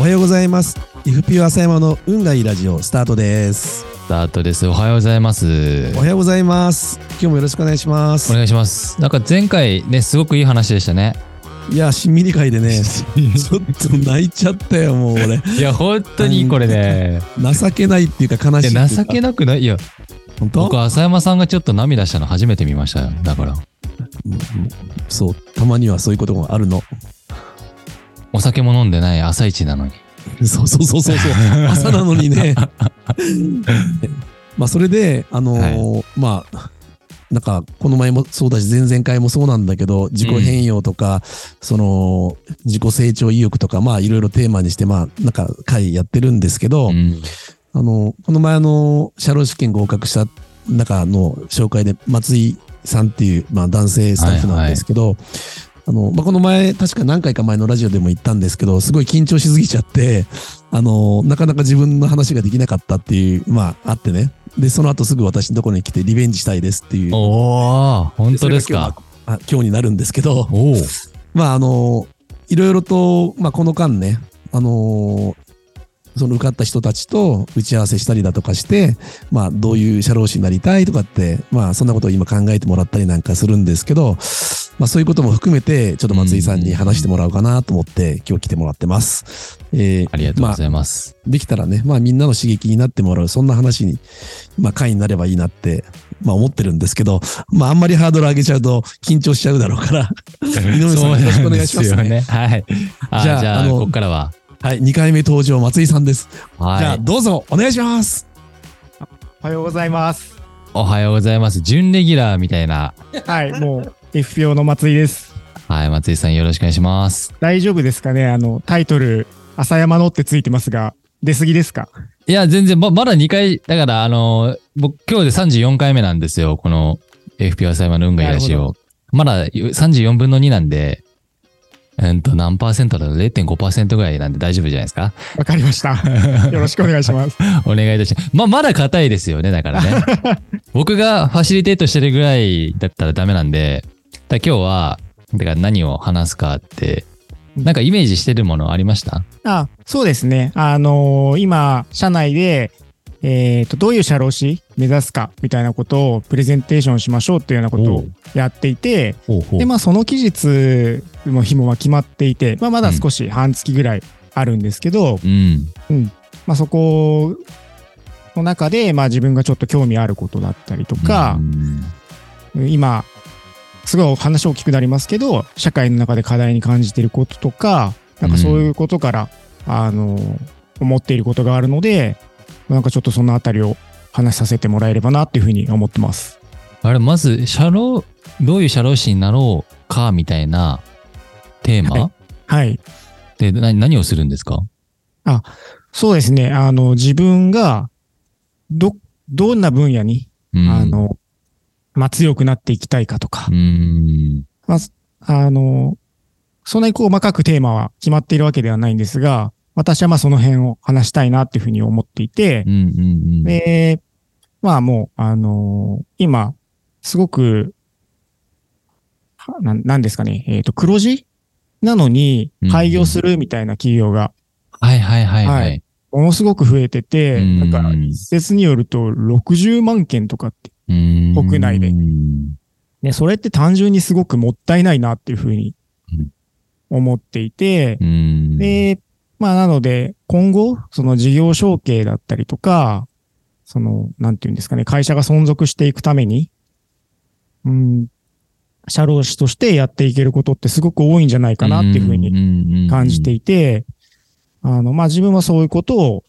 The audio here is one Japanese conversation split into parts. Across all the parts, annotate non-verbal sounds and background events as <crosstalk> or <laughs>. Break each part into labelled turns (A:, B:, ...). A: はようございます。FP 浅山の運がいいラジオスタートです。
B: スタートです。おはようございます
A: お。はようございます。今日もよろしくお願いしま
B: お
A: す。
B: 願いします。なんか前回ね、すごくいい話でしたね。
A: いや、新ミリ会で
B: <laughs>
A: ね、ちょっと泣いちゃったよ、もう俺。
B: いや、本当にこれ
A: <laughs>
B: ね。
A: 情けないっていうか悲しいって
B: い
A: いうか。
B: や、情けなくないいや、
A: 本当
B: 僕、浅山さんがちょっと涙したの初めて見ましたよ。だから。
A: そう、たまにはそういうこともあるの。
B: お酒も飲んでない朝一なのに。
A: <laughs> そうそうそうそうそう。朝なのにね。 <laughs> まあそれで、あのーまあ、なんかこの前もそうだし前々回もそうなんだけど自己変容とか、その自己成長意欲とかまあいろいろテーマにしてまあなんか会やってるんですけど、
B: うん
A: あのこの前あの社労試験合格した中の紹介で松井さんっていう、まあ、男性スタッフなんですけど、あのまあ、この前確か何回か前のラジオでも言ったんですけどすごい緊張しすぎちゃってあのなかなか自分の話ができなかったっていうまああってねでその後すぐ私のところに来てリベンジしたいですっていう
B: おー、本当です
A: それが
B: か。
A: 今日あ今日になるんですけど
B: おお。
A: まああのいろいろと、まあ、この間ね、あのその受かった人たちと打ち合わせしたりだとかして、まあ、どういう社労士になりたいとかって、まあ、そんなことを今考えてもらったりなんかするんですけど、まあ、そういうことも含めて、ちょっと松井さんに話してもらおうかなと思って、今日来てもらってます。えー
B: ありがとうございます。
A: できたらね、まあ、みんなの刺激になってもらう、そんな話に、まあ、会になればいいなって、まあ、思ってるんですけど、まあ、あんまりハードル上げちゃうと緊張しちゃうだろう
B: <laughs>
A: から、井上さんよろしくお願いしますね
B: そうなんですよはい。あ
A: じ
B: じ
A: ゃあ
B: ゃ
A: あ
B: あ、
A: の
B: ここからは。
A: はい、2回目登場、松井さんです。じゃ
B: は
A: あ、
B: い。
A: どうぞ、お願いします。
C: おはようございます。
B: おはようございます。準レギュラーみたいな。
C: はい、もう F 票の松井です。
B: はい、松井さんよろしくお願いします。
C: 大丈夫ですかねあの、タイトル、朝山のってついてますが、出過ぎですか
B: いや、全然、ま、まだ2回、だから、あのー僕、今日で34回目なんですよ。この FPR 裁判の運がいいラジ
C: なる
B: オ。まだ34分の2なんで、うんと、何パーセントだろう ?0.5% ぐらいなんで大丈夫じゃないですか <laughs>
C: わかりました。よろしくお願いします。
B: お願いいたします。ま、まだ硬いですよね、だからね。
C: <laughs>
B: 僕がファシリテートしてるぐらいだったらダメなんで、だから今日は、だから何を話すかって、なんかイメージしてるものありました
C: あ、そうですね。あのー今、社内で、えっ、と、どういう社労士目指すかみたいなことをプレゼンテーションしましょうっていうようなこと
B: お
C: を
B: う
C: やっていて、
B: ほうほ
C: で、まあ、その期日の日もは決まっていて、まあ、まだ少し半月ぐらいあるんですけど、
B: うん。
C: まあ、そこの中で、まあ、自分がちょっと興味あることだったりとか
B: う、ん
C: 今すごいお話大きくなりますけど社会の中で課題に感じていることとかなんかそういうことから、あの思っていることがあるのでなんかちょっとそのあたりを話させてもらえればなっていうふうに思ってます。
B: あれ、まず、社労、どういう社労士になろうか、みたいなテーマ
C: ははい
B: で、な何をするんですか
C: そうですねあの自分がどどんな分野に、
B: うん
C: あ、のまあ、強くなっていきたいかとか
B: う、ん。
C: まあ、すあの、そんなに細かくテーマは決まっているわけではないんですが、私はまあその辺を話したいなっていうふうに思っていて
B: うん、うんうん。
C: で、まあもう、あのー今、すごく、はなんなんですかね、えっ、と、黒字なのに
B: うん
C: 廃業するみたいな企業が
B: はいはいはいは。
C: はいものすごく増えてて、
B: うん
C: なんか、一説によると60万件とかって、
B: うん
C: 国内で
B: うん
C: ね、それって単純にすごくもったいないなっていうふうに
B: うん
C: 思っていて、
B: うん。
C: で、まあなので、今後、その事業承継だったりとか、その、なんていうんですかね、会社が存続していくために、うん、社労士としてやっていけることってすごく多いんじゃないかなっていうふうに
B: に
C: 感じていて、あの、まあ自分はそういうことを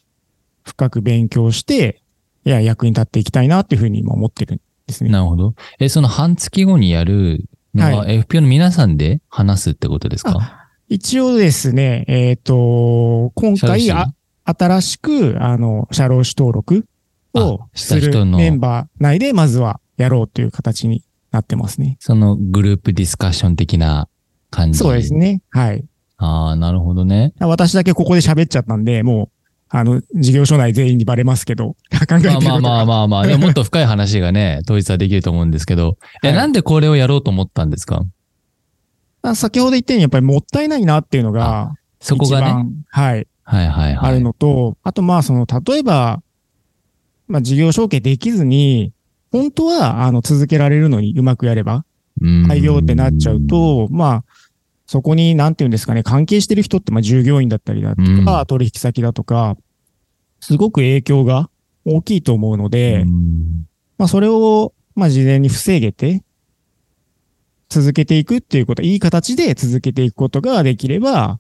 C: 深く勉強して、いや、役に立っていきたいなっていうふうに今思ってるんですね。
B: なるほど。え、その半月後にやるのは、
C: は
B: FPO の皆さんで話すってことですか
C: 一応ですね、えっ、と、今
B: 社労士
C: 回、あ新しく、あの、社労士登録を
B: あした
C: す
B: 人
C: る
B: の
C: メンバー内で、まずはやろうという形になってますね。
B: そのグループディスカッション的な感じ
C: そうです。ね。はい。
B: ああ、なるほどね。
C: 私だけここで喋っちゃったんで、もう、あの、事業所内全員にバレますけど、考えてる
B: まあ
C: こと
B: まあ
C: が <laughs>
B: まあまあまあ、でももっと深い話がね、当日はできると思うんですけど、え、
C: はい
B: なんでこれをやろうと思ったんですか
C: <laughs> あ先ほど言ったように、やっぱりもったいないなっていうのが、
B: そこが
C: 一
B: ね。
C: 番はい、
B: はいはいはい。
C: あるのと、あとまあその、例えば、まあ事業承継できずに、本当はあの続けられるのにうまくやれば、
B: うん
C: 廃業ってなっちゃう、と、まあ、そこに、なんていうんですかね、関係してる人って、まあ従業員だったりだとか、
B: う
C: 取引先だとか、すごく影響が大きいと思うので、
B: うん
C: まあそれを、まあ事前に防げて、続けていくっていうこと、いい形で続けていくことができれば、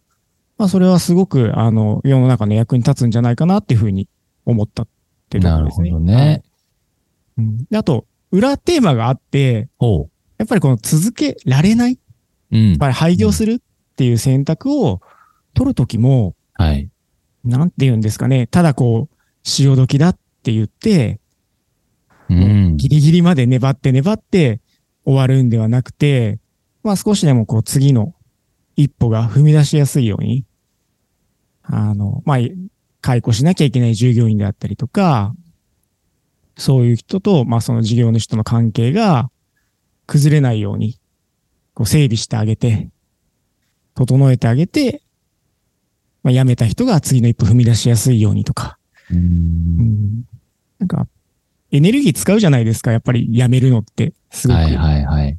C: まあそれはすごく、あの、世の中の役に立つんじゃないかなっていうふうに思ったっていうとこ
B: な
C: ろ
B: る
C: です
B: ほ
C: ね。
B: どね。
C: うんであと、裏テーマがあって、
B: ほう。
C: やっぱりこの続けられない
B: うん
C: やっ。ぱり廃業するっていう選択を取るときも、
B: はい。
C: なんて言うんですかね、ただこう、潮時だって言って、
B: うん。
C: ギリギリまで粘って粘って終わるんではなくて、まあ少しでもこう次の一歩が踏み出しやすいように、あの、まあ、解雇しなきゃいけない従業員であったりとか、そういう人と、まあその事業主との関係が崩れないように、こう整備してあげて、整えてあげて、まあ辞めた人が次の一歩踏み出しやすいようにとか、
B: うん
C: うんなんか、エネルギー使うじゃないですか、やっぱりやめるのって、すごく。
B: はいはいはい。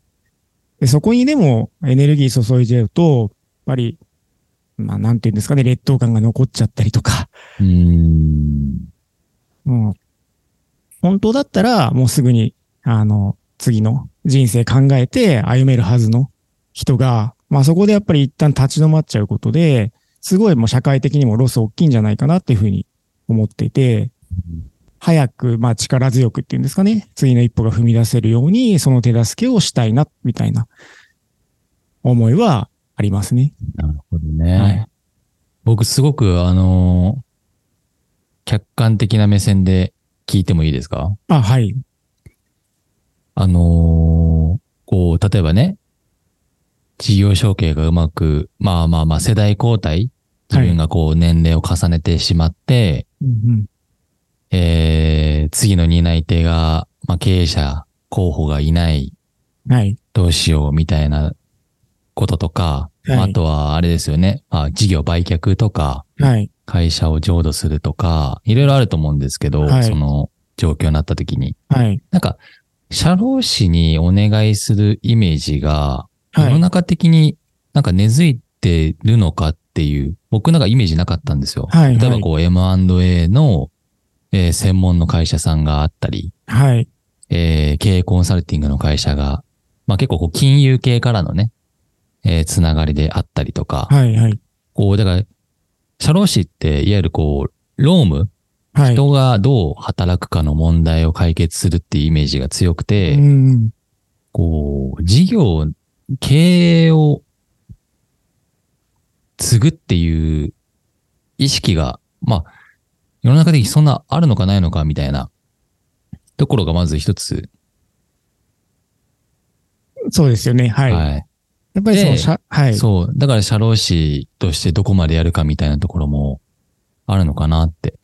C: でそこにでもエネルギー注いじゃうと、やっぱり、まあ、なんていうんですかね、劣等感が残っちゃったりとか、
B: うん。
C: もう、本当だったら、もうすぐに、あの、次の人生考えて歩めるはずの人が、まあそこでやっぱり一旦立ち止まっちゃうことで、すごいもう社会的にもロス大きいんじゃないかなっていうふうに思っていて、早く、まあ力強くっていうんですかね、次の一歩が踏み出せるように、その手助けをしたいな、みたいな思いはありますね。
B: なるほど
C: は
B: ね
C: い。
B: 僕すごく、あのー客観的な目線で聞いてもいいですか
C: あ、はい。
B: あのーこう、例えばね、事業承継がうまく、まあまあまあ世代交代自分がこう年齢を重ねてしまって、
C: うん
B: えー、次の担い手が、まあ経営者候補がいない、
C: うん。はい。
B: どうしようみたいなこととか、
C: はい
B: まああとはあれですよね、まあ事業売却とか、
C: はい。
B: 会社を譲渡するとか、いろいろあると思うんですけど、
C: はい
B: その状況になった時に。
C: はい。
B: なんか、社労士にお願いするイメージが、世
C: は
B: の
C: い。
B: 中的になんか根付いてるのかっていう、僕なんかイメージなかったんですよ。
C: はいはい
B: 例えばこう M&A の、えー専門の会社さんがあったり、
C: はい。
B: えー経営コンサルティングの会社が、まあ結構こう金融系からのね、えーつながりであったりとか、
C: はい。はい。
B: こう、だから、社労士っていわゆるこう、労務、
C: はい。
B: 人がどう働くかの問題を解決するっていうイメージが強くて、
C: うんうん。
B: こう、事業、経営を継ぐっていう意識が、まあ、世の中的にそんなあるのかないのかみたいなところがまず一つ。
C: そうですよね。はい。
B: はい。
C: やっぱりそ
B: で
C: の、社はい。
B: そう。だから社労士としてどこまでやるかみたいなところもあるのかなって。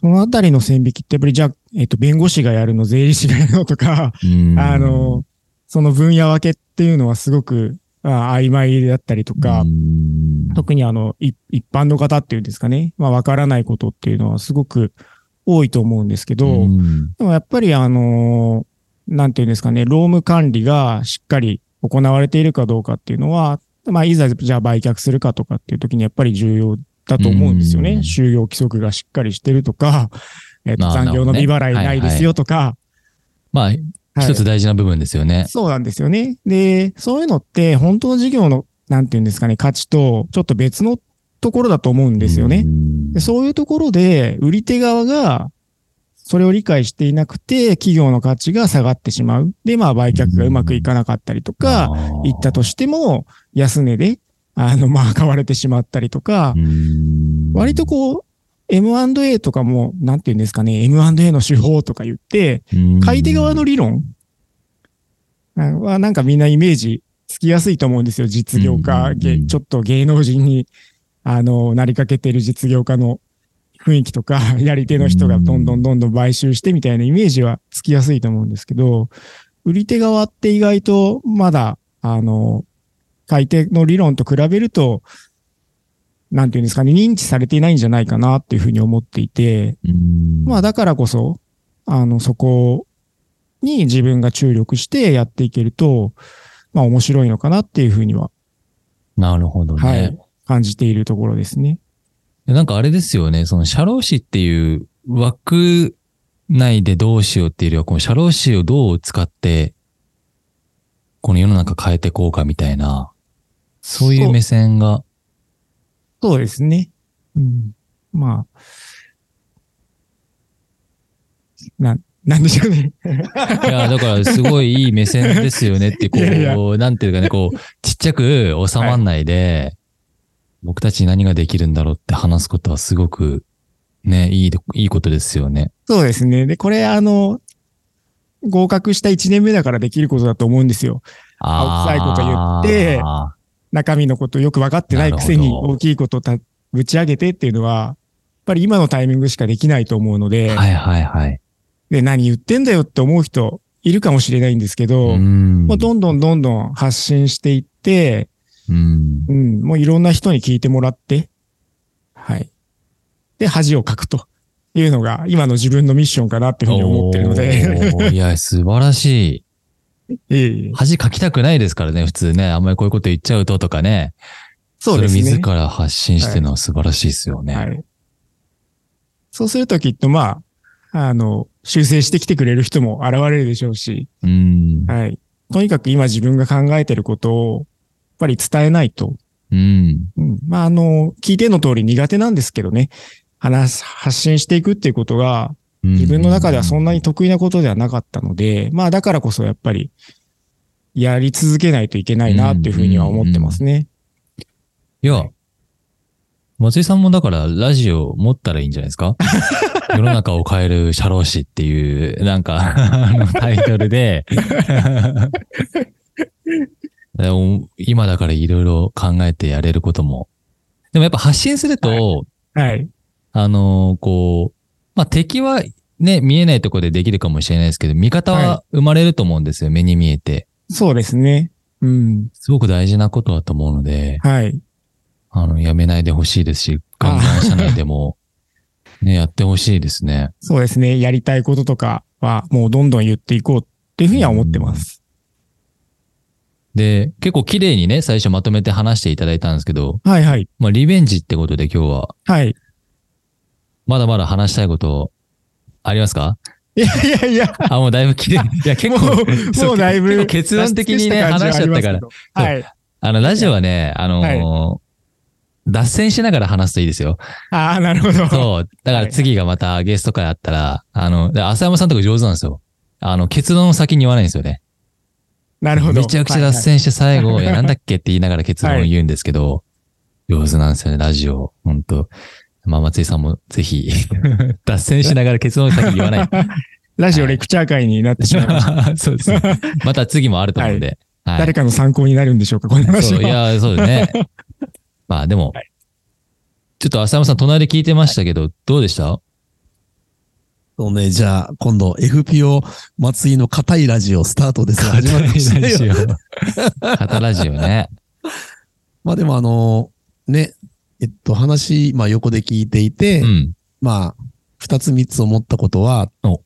C: そのあたりの線引きって、やっぱりじゃあ、えっと、弁護士がやるの、税理士がやるのとか、
B: うん
C: あの、その分野分けっていうのはすごく、あ曖昧だったりとか
B: う、ん
C: 特にあの、い一般の方っていうんですかね、まあ、わからないことっていうのはすごく多いと思うんですけど、
B: うん
C: でもやっぱりあのーなんていうんですかね、労務管理がしっかり行われているかどうかっていうのは、まあ、いざじゃあ売却するかとかっていう時にやっぱり重要だと思うんですよ
B: うん
C: ね。就業規則がしっかりしてるとか、えっと
B: まあ
C: 残業の未払いないですよとか、
B: まあ、
C: はい
B: 一つ大事な部分ですよね。
C: そうなんですよね。で、そういうのって本当の事業の、なんていうんですかね、価値とちょっと別のところだと思うんですよね。
B: うん
C: でそういうところで、売り手側が、それを理解していなくて、企業の価値が下がってしまう。で、まあ、売却がうまくいかなかったりとか、いったとしても、安値で、あの、まあ、買われてしまったりとか
B: う、ん
C: 割とこう、M&A とかも、なんて言うんですかね、M&A の手法とか言って、
B: うん
C: 買い手側の理論あは、なんかみんなイメージつきやすいと思うんですよ。実
B: う
C: 業
B: んうんう
C: 家、
B: ん
C: げちょっと芸能人に、あの、なりかけてる実業家の雰囲気とか、 <laughs> やり手の人がどんどんどんどん買収してみたいなイメージはつきやすいと思うんですけど、売り手側って意外とまだ、あの、買い手の理論と比べると、なんていうんですかね、認知されていないんじゃないかなっていうふうに思っていて、
B: うん
C: まあだからこそ、あの、そこに自分が注力してやっていけると、まあ面白いのかなっていうふうには、
B: なるほどね。
C: はい、感じているところですね。
B: なんかあれですよね、その社労士っていう枠内でどうしようっていうよりは、この社労士をどう使って、この世の中変えていこうかみたいな、そういう目線が、
C: そうですね。うん。まあ、な、なんでしょうね。 <laughs>
B: いや、だからすごいいい目線ですよね
C: <laughs>
B: って、こう、
C: いやいや
B: なんていうかね、こう、ちっちゃく収まんないで、僕たちに何ができるんだろうって話すことはすごく、ね、いいと、いいことですよね。
C: そうですね。で、これ、あの、合格した1年目だからできることだと思うんですよ。青臭いこと言って
B: あ
C: 中身のことよく分かってないくせ
B: な
C: に
B: るほど
C: 大きいことたぶち上げてっていうのは、やっぱり今のタイミングしかできないと思うので、
B: ーはいはいはい。
C: で、何言ってんだよって思う人いるかもしれないんですけど、
B: ん
C: もうどんどんどんどん発信していって、
B: うん
C: うん、もういろんな人に聞いてもらって、はい。で、恥をかくというのが今の自分のミッションかなっていうふうに思ってるので、
B: おーいや、素晴らし
C: いえ <laughs> いえ
B: い。恥かきたくないですからね、普通ね。あんまりこういうこと言っちゃうととかね。
C: そうです
B: れ
C: ね。
B: 自ら発信してるのは素晴らしいですよね。
C: はい。そうするときっとまあ、あの、修正してきてくれる人も現れるでしょうし、
B: うん。
C: はい。とにかく今自分が考えてることを、やっぱり伝えないと。
B: うん。
C: うん。まあ、あの、聞いての通り苦手なんですけどね。話す、発信していくっていうことが、自分の中ではそんなに得意なことではなかったので、まあ、だからこそやっぱり、やり続けないといけないなっていうふうには思ってますね。
B: いや、松井さんもだからラジオ持ったらいいんじゃないです <laughs> か世の中を変える社労士っていう、なんか、 <laughs> あのタイトル <laughs> で。でも今だからいろいろ考えてやれることも。でもやっぱ発信すると、
C: ははい。
B: あのこう、まあ、敵はね、見えないところでできるかもしれないですけど、味方は生まれると思うんですよ、目に見えて。
C: そうですね。うん。
B: すごく大事なことだと思うので、
C: はい。
B: あの、やめないでほしいですし、ガンガン社内で
C: <laughs>
B: も、ね、やってほしいですね。
C: そうですね。やりたいこととかは、もうどんどん言っていこうっていうふうには思ってます。
B: で、結構綺麗にね、最初まとめて話していただいたんですけど、
C: はいはい。
B: まあ、リベンジってことで今日は、
C: はい。
B: まだまだ話したいこと、あります
C: <laughs>
B: か
C: いやいやいや、
B: あ、もうだいぶ綺麗。い
C: <laughs>
B: や、結
C: も
B: 構、
C: う、
B: <laughs> そう
C: もうだいぶ。
B: 結構結論的にね、話しちゃったから。。
C: はい。
B: あの、ラジオはね、あのー脱線しながら話すといいです
C: <laughs>
B: よ。
C: ああ、なるほど。
B: そう。だから次がまたゲスト会あったら、あの、で浅山さんとか上手なんですよ。あの、結論を先に言わないんですよね。
C: なるほど。
B: めちゃくちゃ脱線して最後、いや、なんだっけって言いながら結論を言うんですけど、上手なんですよね、ラジオ。ほんと。まあ、松井さんもぜひ、脱線しながら結論を先に言わない。
C: ラジオレクチャー会になってしまいまし
B: そうですね。
C: た。
B: また次もあると思うんで。はい
C: 誰かの参考になるんでしょうか、この話
B: そう、い
C: は。
B: や、そうですね。まあでも、ちょっと浅山さん、隣で聞いてましたけど、どうでした
A: そうね、じゃあ、今度、FPO 松井の硬いラジオスタートですが始まりましたよ。
B: オ。カタラジオね。
A: まあでもあの、ね、えっと話、まあ横で聞いていて、
B: うん。
A: まあ、二つ三つ思ったことは、
B: お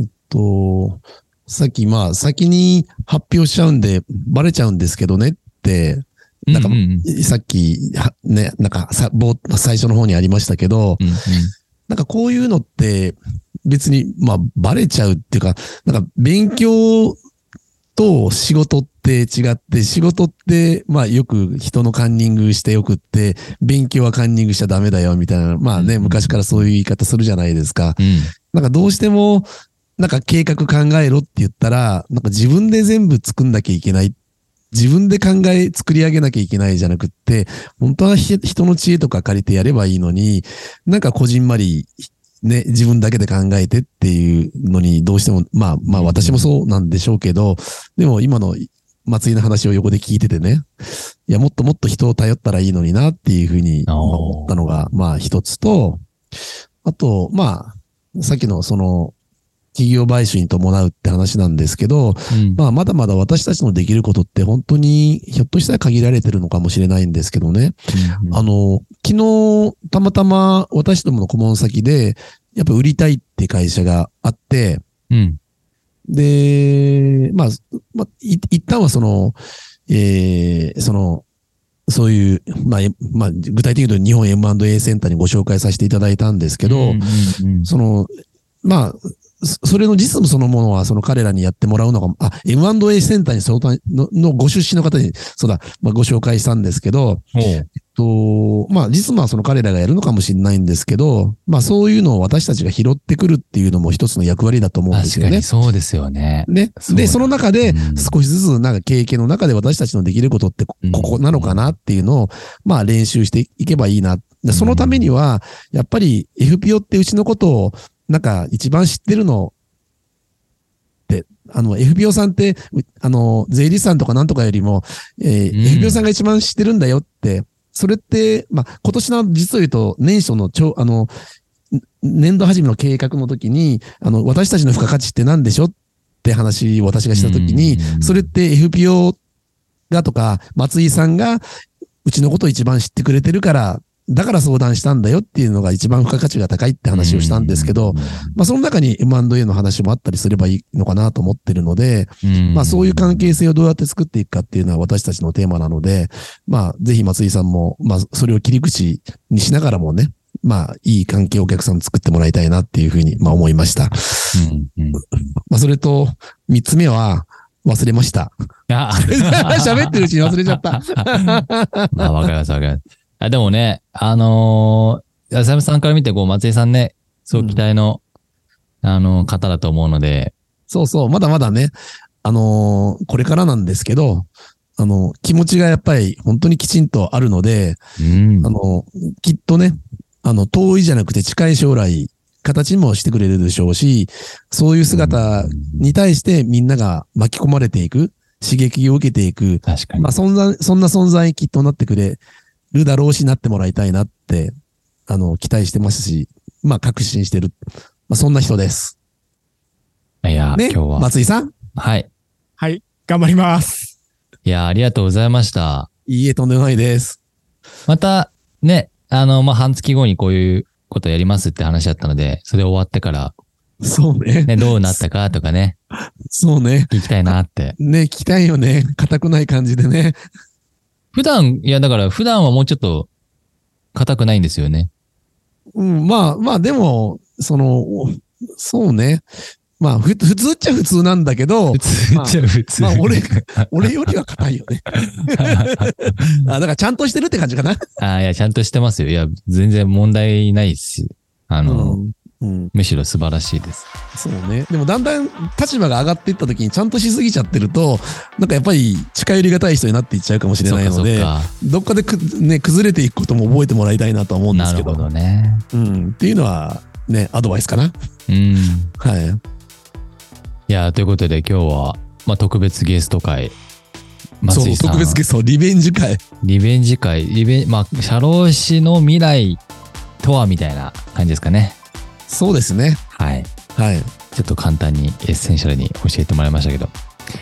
A: えっと、さっきまあ先に発表しちゃうんで、バレちゃうんですけどねって、なんか
B: うんうん
A: さっき、はね、なんかさ、冒最初の方にありましたけど、
B: うんうん
A: なんかこういうのって、別に、まあ、バレちゃうっていうか、なんか勉強と仕事って違って、仕事って、まあ、よく人のカンニングしてよくって、勉強はカンニングしちゃダメだよ、みたいな、まあね、
B: うん
A: 昔からそういう言い方するじゃないですか。
B: うん
A: なんかどうしても、なんか計画考えろって言ったら、なんか自分で全部作んなきゃいけない。自分で考え、作り上げなきゃいけないじゃなくって、本当はひ人の知恵とか借りてやればいいのに、なんかこじんまり、ね、自分だけで考えてっていうのにどうしても、まあまあ私もそうなんでしょうけど、でも今の松井の話を横で聞いててね、いや、もっともっと人を頼ったらいいのになっていうふうにまあ
B: おー
A: 思ったのが、まあ一つと、あと、まあ、さっきのその、企業買収に伴うって話なんですけど、
B: うん
A: まあ、まだまだ私たちのできることって本当に、ひょっとしたら限られてるのかもしれないんですけどね。
B: うん
A: あの、昨日、たまたま私どもの顧問先で、やっぱ売りたいって会社があって、
B: うん。
A: で、まあ、まあ、い一旦はその、えーその、そういう、まあ、えまあ、具体的に言うと日本 M&A センターにご紹介させていただいたんですけど、
B: うんうんうん
A: その、まあ、そそれの実務そのものは、その彼らにやってもらうのが、あ、M&A センターに相談ののご出身の方に、そうだ、まあ、ご紹介したんですけど、
B: おう
A: と、まあ、実務はその彼らがやるのかもしれないんですけど、まあ、そういうのを私たちが拾ってくるっていうのも一つの役割だと思うんです
B: 確
A: よ
B: か
A: ね
B: に。そうですよね。
A: ね。
B: そうだ
A: で、その中で
B: うん、
A: 少しずつ、なんか経験の中で私たちのできることってこ、
B: うん
A: ここなのかなっていうのを、まあ練習していけばいいな。でそのためには、やっぱり FPO ってうちのことを、なんか一番知ってるのって、あの、FPO さんって、うあの、税理士さんとかなんとかよりも、えー
B: うん
A: FPO さんが一番知ってるんだよって、それって、まあ、今年の実を言うと、年初のちょ、あの、年度始めの計画の時に、あの、私たちの付加価値って何でしょって話を私がした時に
B: うんうんう、ん
A: それって FPO がとか、松井さんが、うちのことを一番知ってくれてるから、だから相談したんだよっていうのが一番付加価値が高いって話をしたんですけど、まあその中に M&A の話もあったりすればいいのかなと思ってるので、
B: うん、
A: まあそういう関係性をどうやって作っていくかっていうのは私たちのテーマなので、まあぜひ松井さんも、まあそれを切り口にしながらもね、まあいい関係をお客さんに作ってもらいたいなっていうふうに、まあ思いました。
B: うんうん
A: まあそれと、三つ目は忘れました。
B: あ
A: <laughs> 喋ってるうちに忘れちゃった。
B: <laughs> まあ、わかります、わかります。あでもね、あのー、浅見さんから見て、こう、松井さんね、そう期待の、あのー、方だと思うので、
A: そうそう、まだまだね、あのーこれからなんですけど、あの気持ちがやっぱり本当にきちんとあるので、
B: うん
A: あのきっとね、あの、遠いじゃなくて近い将来、形もしてくれるでしょうし、そういう姿に対してみんなが巻き込まれていく、刺激を受けていく、
B: 確かに。
A: まあ、そんな、そんな存在にきっとなってくれるだろうし、なってもらいたいなって、あの、期待してますし、まあ、確信してる。まあ、そんな人です。
B: いや、
A: ね、
B: 今日は。
A: 松井さん
B: はい。
C: はい、頑張ります。
B: いや、ありがとうございました。
A: いいえ、とんでもないです。
B: また、ね、あの、まあ、半月後にこういうことやりますって話だったので、それ終わってから、
A: そうね。
B: ね、どうなったかとかね、
A: そうね。
B: 聞きたいなって。
A: ね、聞きたいよね。硬くない感じでね。
B: 普段、いや、だから、普段はもうちょっと、硬くないんですよね。
A: うん、まあまあ、でも、その、おそうね。まあ、ふ、普通っちゃ普通なんだけど
B: 普、通
A: まあ
B: じゃ普通。
A: まあ
B: <laughs>
A: 俺、俺よりは硬いよね。あ、だからちゃんとしてるって感じかな。
B: ああ、いや、ちゃんとしてますよ。いや、全然問題ないです。あの、
A: うん。うん、
B: むしろ素晴らしいです。
A: そうね。でもだんだん立場が上がっていった時にちゃんとしすぎちゃってると、なんかやっぱり近寄りがたい人になっていっちゃうかもしれ
B: そ
A: な
B: っ
A: い
B: か
A: の
B: そっ
A: で、
B: か。
A: どっかでく、ね、崩れていくことも覚えてもらいたいなとは思うんで
B: な
A: すけ
B: る
A: ど。
B: ほどね。
A: うん。っていうのは、ね、アドバイスかな。
B: うん。い
A: はい。
B: や、ということで今日は、まあ、特別ゲスト会。松
A: そう、
B: 井さん
A: 特別ゲスト、リベンジ会。
B: リベンジ会。リベンまあ、社労士の未来とはみたいな感じですかね。
A: そうですね。
B: はい。
A: はい。
B: ちょっと簡単にエッセンシャルに教えてもらいましたけど、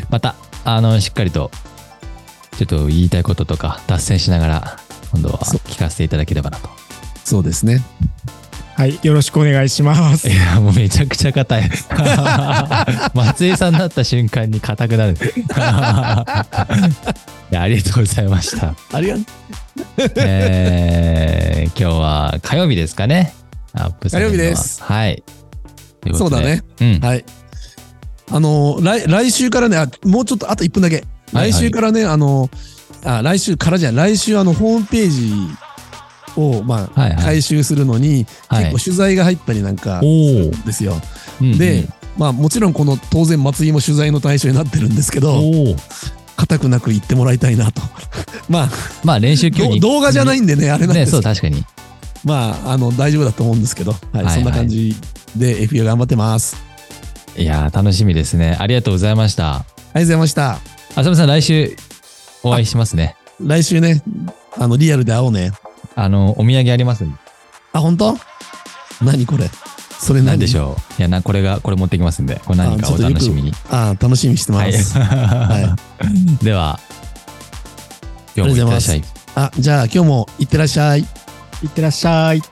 B: また、あの、しっかりと、ちょっと言いたいこととか、脱線しながら、今度は
A: そう
B: 聞かせていただければなと。
A: そうですね。
C: はい、よろしくお願いします
B: い。や、もうめちゃくちゃ硬い。 <laughs> 松江さんになった瞬間に硬くなる。い <laughs> や、ありがとうございました。
A: ありがとう。
B: えー、今日は火曜日ですかね。アップされるのは
A: 火曜日です
B: はい。といこ
A: そう
B: と
A: だ
B: で。
A: ね。
B: うん。
A: はい。あのー、来、来週からね、あ、もうちょっと、あと1分だけ。
B: はい
A: 来週からね、あのー、あ、来週からじゃない来週、あの、ホームページを、まあ、
B: はいはい
A: 回収するのに、
B: はい
A: 結構取材が入ったりなんか、
B: お
A: ですよ。
B: ー
A: で、、まあ、もちろん、この、当然、松井も取材の対象になってるんですけ
B: うん
A: ど、
B: うんおー
A: 固くなく言ってもらいたいなと。 <laughs> まあ、
B: まあ練習距
A: ど
B: 離。
A: う動画じゃないんでね、あれなん
B: ね、
A: ですけ
B: そ
A: ど
B: う、確かに。
A: まあ、あの、大丈夫だと思うんですけど、はい、
B: はい
A: そんな感じで FU 頑張ってます。
B: いやー、楽しみですね。ありがとうございました。
A: ありがとうございました。
B: 浅見さん、来週お会いしますね。
A: 来週ね、あの、リアルで会おうね。
B: あの、お土産ありますんで
A: あ、本当何これ。それ
B: なん
A: 何
B: でしょういやな、これが、これ持ってきますんで、これ何
A: あ
B: か
A: ちょ
B: お
A: っとよく
B: 楽しみに。
A: ああ、楽しみにして
B: は
A: ま
B: い。
A: す。はい
B: では、今日もいってらっしゃい。
A: あ、じゃあ今日もいってらっしゃい。
C: いってらっしゃい。